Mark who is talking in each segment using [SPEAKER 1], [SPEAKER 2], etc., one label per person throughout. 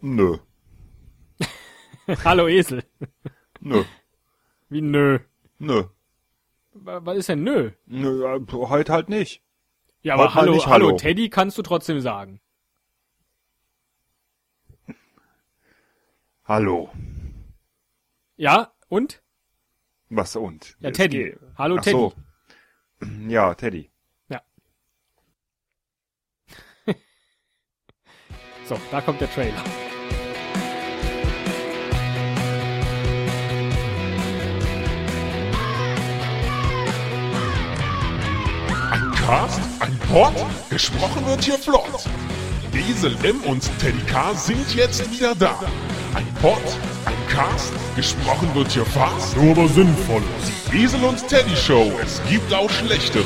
[SPEAKER 1] Nö.
[SPEAKER 2] Hallo Esel.
[SPEAKER 1] Nö.
[SPEAKER 2] Wie nö.
[SPEAKER 1] Nö.
[SPEAKER 2] Wa- Was ist denn nö?
[SPEAKER 1] Nö, äh, heute halt nicht.
[SPEAKER 2] Ja,
[SPEAKER 1] Heute mal
[SPEAKER 2] aber hallo,
[SPEAKER 1] nicht
[SPEAKER 2] hallo
[SPEAKER 1] hallo.
[SPEAKER 2] Teddy kannst du trotzdem sagen.
[SPEAKER 1] Hallo.
[SPEAKER 2] Ja, und?
[SPEAKER 1] Was und?
[SPEAKER 2] Ja,
[SPEAKER 1] Es
[SPEAKER 2] Teddy.
[SPEAKER 1] geht.
[SPEAKER 2] Hallo
[SPEAKER 1] Ach
[SPEAKER 2] Teddy.
[SPEAKER 1] so. Ja, Teddy.
[SPEAKER 2] So, da kommt der Trailer.
[SPEAKER 3] Ein Cast, ein Pod, gesprochen wird hier flott. Esel M und Teddy K sind jetzt wieder da. Ein Pod, ein Cast, gesprochen wird hier fast, nur aber sinnvoll. Die Esel und Teddy Show, es gibt auch schlechtere.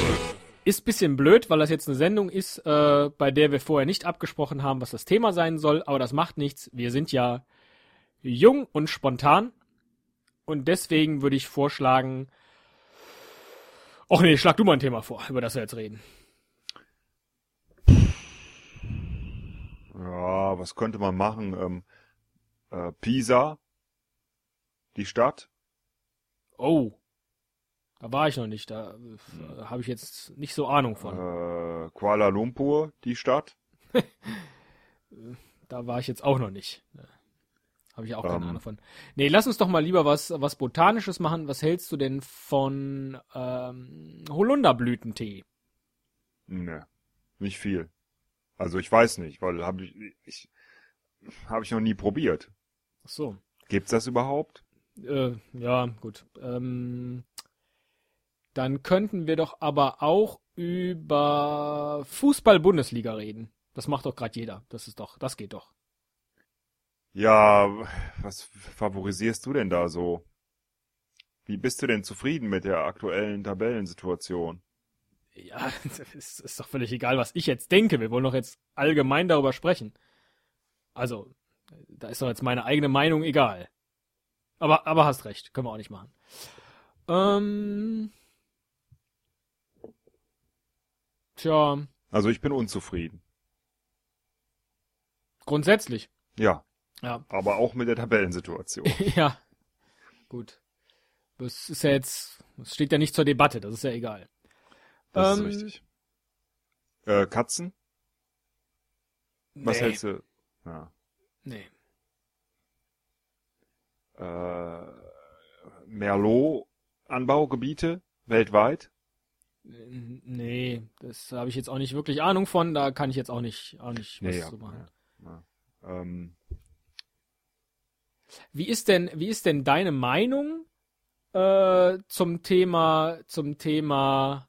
[SPEAKER 2] Ist bisschen blöd, weil das jetzt eine Sendung ist, äh, bei der wir vorher nicht abgesprochen haben, was das Thema sein soll, aber das macht nichts. Wir sind ja jung und spontan. Und deswegen würde ich vorschlagen. Och nee, schlag du mal ein Thema vor, über das wir jetzt reden.
[SPEAKER 1] Ja, was könnte man machen? Ähm, äh, Pisa. Die Stadt.
[SPEAKER 2] Oh. Da war ich noch nicht. Da äh, habe ich jetzt nicht so Ahnung von.
[SPEAKER 1] Äh, Kuala Lumpur. Die Stadt.
[SPEAKER 2] Da war ich jetzt auch noch nicht. Habe ich auch keine
[SPEAKER 1] Ähm.
[SPEAKER 2] Ahnung von. Nee, lass uns doch mal lieber was, was Botanisches machen. Was hältst du denn von ähm, Holunderblütentee?
[SPEAKER 1] Ne, nicht viel. Also ich weiß nicht, weil habe ich, ich habe ich noch nie probiert.
[SPEAKER 2] Ach so.
[SPEAKER 1] Gibt's das überhaupt?
[SPEAKER 2] Äh, ja, gut. Ähm, dann könnten wir doch aber auch über Fußball-Bundesliga reden. Das macht doch gerade jeder. Das ist doch, das geht doch.
[SPEAKER 1] Ja, was favorisierst du denn da so? Wie bist du denn zufrieden mit der aktuellen Tabellensituation?
[SPEAKER 2] Ja, das ist, ist doch völlig egal, was ich jetzt denke. Wir wollen doch jetzt allgemein darüber sprechen. Also, da ist doch jetzt meine eigene Meinung egal. Aber, aber hast recht, können wir auch nicht machen. Ähm, tja,
[SPEAKER 1] Also ich bin unzufrieden.
[SPEAKER 2] grundsätzlich.
[SPEAKER 1] Ja,
[SPEAKER 2] Ja,
[SPEAKER 1] aber auch mit der Tabellensituation.
[SPEAKER 2] ja. Gut. Das ist ja jetzt, das steht ja nicht zur Debatte, das ist ja egal.
[SPEAKER 1] Das
[SPEAKER 2] Ähm,
[SPEAKER 1] ist richtig. Äh, Katzen? Was
[SPEAKER 2] nee,
[SPEAKER 1] hältst du? Ja.
[SPEAKER 2] Nee.
[SPEAKER 1] Äh, Merlot-Anbaugebiete weltweit?
[SPEAKER 2] Nee, das habe ich jetzt auch nicht wirklich Ahnung von, da kann ich jetzt auch nicht, auch nicht was zu
[SPEAKER 1] ja,
[SPEAKER 2] machen.
[SPEAKER 1] ja. Ähm,
[SPEAKER 2] Wie ist denn, wie ist denn deine Meinung äh, zum Thema, zum Thema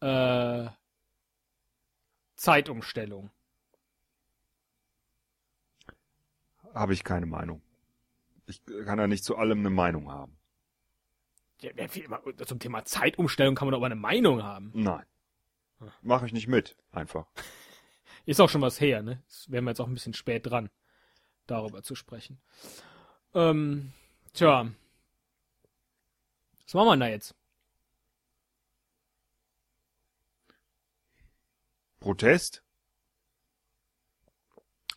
[SPEAKER 2] äh, Zeitumstellung?
[SPEAKER 1] habe ich keine Meinung. Ich kann ja nicht zu allem eine Meinung haben.
[SPEAKER 2] Ja, ja, wie immer, Zum Thema Zeitumstellung kann man doch aber eine Meinung haben.
[SPEAKER 1] Nein.
[SPEAKER 2] Hm.
[SPEAKER 1] Mache ich nicht mit, einfach.
[SPEAKER 2] Ist auch schon was her, ne? Das wären wir jetzt auch ein bisschen spät dran, darüber zu sprechen. Ähm, tja. Was machen wir denn da jetzt?
[SPEAKER 1] Protest?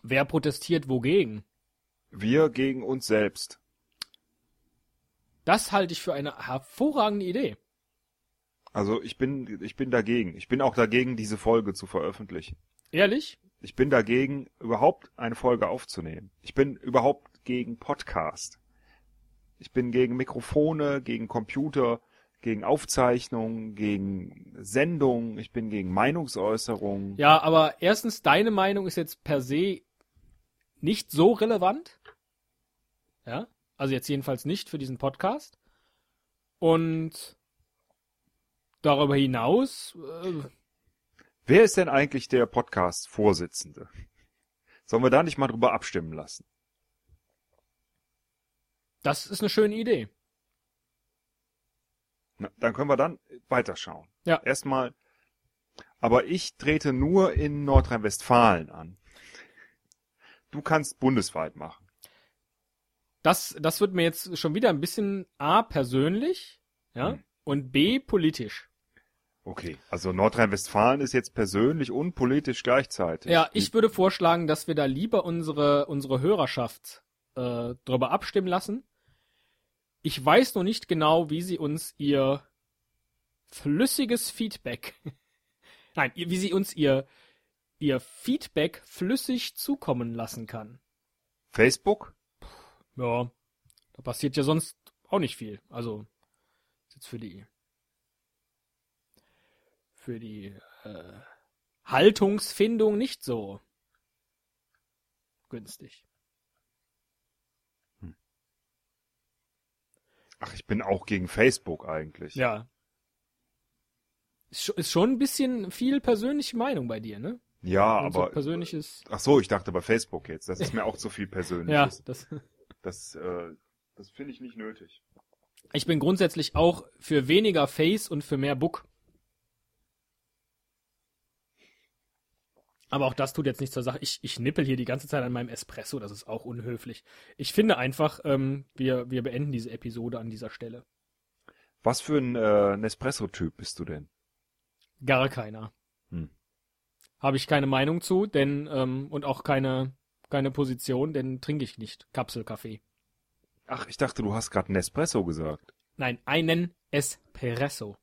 [SPEAKER 2] Wer protestiert wogegen?
[SPEAKER 1] Wir gegen uns selbst.
[SPEAKER 2] Das halte ich für eine hervorragende Idee.
[SPEAKER 1] Also ich bin, ich bin dagegen. Ich bin auch dagegen, diese Folge zu veröffentlichen.
[SPEAKER 2] Ehrlich?
[SPEAKER 1] Ich bin dagegen, überhaupt eine Folge aufzunehmen. Ich bin überhaupt gegen Podcast. Ich bin gegen Mikrofone, gegen Computer, gegen Aufzeichnungen, gegen Sendungen. Ich bin gegen Meinungsäußerungen.
[SPEAKER 2] Ja, aber erstens, deine Meinung ist jetzt per se nicht so relevant. Ja, also jetzt jedenfalls nicht für diesen Podcast. Und darüber hinaus, äh,
[SPEAKER 1] Wer ist denn eigentlich der Podcast-Vorsitzende? Sollen wir da nicht mal drüber abstimmen lassen?
[SPEAKER 2] das ist eine schöne Idee.
[SPEAKER 1] Na, dann können wir dann weiterschauen.
[SPEAKER 2] Ja.
[SPEAKER 1] Erstmal. Aber ich trete nur in Nordrhein-Westfalen an. Du kannst bundesweit machen.
[SPEAKER 2] Das, das wird mir jetzt schon wieder ein bisschen A persönlich, ja,
[SPEAKER 1] Hm.
[SPEAKER 2] und B politisch.
[SPEAKER 1] Okay, also Nordrhein-Westfalen ist jetzt persönlich und politisch gleichzeitig.
[SPEAKER 2] Ja, ich würde vorschlagen, dass wir da lieber unsere, unsere Hörerschaft äh, drüber abstimmen lassen. Ich weiß noch nicht genau, wie sie uns ihr flüssiges Feedback, nein, ihr- wie sie uns ihr, ihr Feedback flüssig zukommen lassen kann.
[SPEAKER 1] Facebook?
[SPEAKER 2] Ja, da passiert ja sonst auch nicht viel. Also, ist jetzt für die, für die äh, Haltungsfindung nicht so günstig.
[SPEAKER 1] Ach, ich bin auch gegen Facebook eigentlich.
[SPEAKER 2] Ja. Ist scho- ist schon ein bisschen viel persönliche Meinung bei dir, ne?
[SPEAKER 1] Ja,
[SPEAKER 2] Und so
[SPEAKER 1] aber.
[SPEAKER 2] persönliches.
[SPEAKER 1] Ach so, ich dachte bei Facebook jetzt. Das ist mir auch zu viel
[SPEAKER 2] Ja,
[SPEAKER 1] Persönliches.
[SPEAKER 2] das.
[SPEAKER 1] Das, äh, das finde ich nicht nötig.
[SPEAKER 2] Ich bin grundsätzlich auch für weniger Face und für mehr Book. Aber auch das tut jetzt nichts zur Sache. Ich, ich nippel hier die ganze Zeit an meinem Espresso, das ist auch unhöflich. Ich finde einfach, ähm, wir, wir beenden diese Episode an dieser Stelle.
[SPEAKER 1] Was für ein äh, Nespresso-Typ bist du denn?
[SPEAKER 2] Gar keiner.
[SPEAKER 1] Hm.
[SPEAKER 2] Habe ich keine Meinung zu, denn, ähm, und auch keine, keine Position, denn trinke ich nicht Kapselkaffee.
[SPEAKER 1] Ach, ich dachte, du hast gerade Nespresso gesagt.
[SPEAKER 2] Nein, einen Espresso.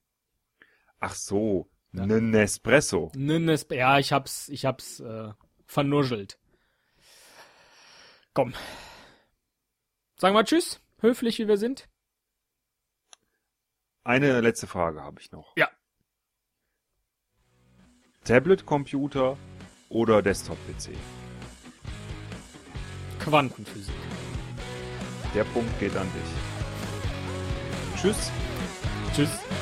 [SPEAKER 1] Ach so,
[SPEAKER 2] Ja.
[SPEAKER 1] ne Nespresso.
[SPEAKER 2] Nen Esp- ja, ich hab's, ich hab's äh, vernuschelt. Komm. Sagen wir Tschüss, höflich wie wir sind.
[SPEAKER 1] Eine letzte Frage habe ich noch.
[SPEAKER 2] Ja.
[SPEAKER 1] Tablet-Computer oder Desktop-PC?
[SPEAKER 2] Quantenphysik.
[SPEAKER 1] Der Punkt geht an dich. Tschüss.
[SPEAKER 2] Tschüss.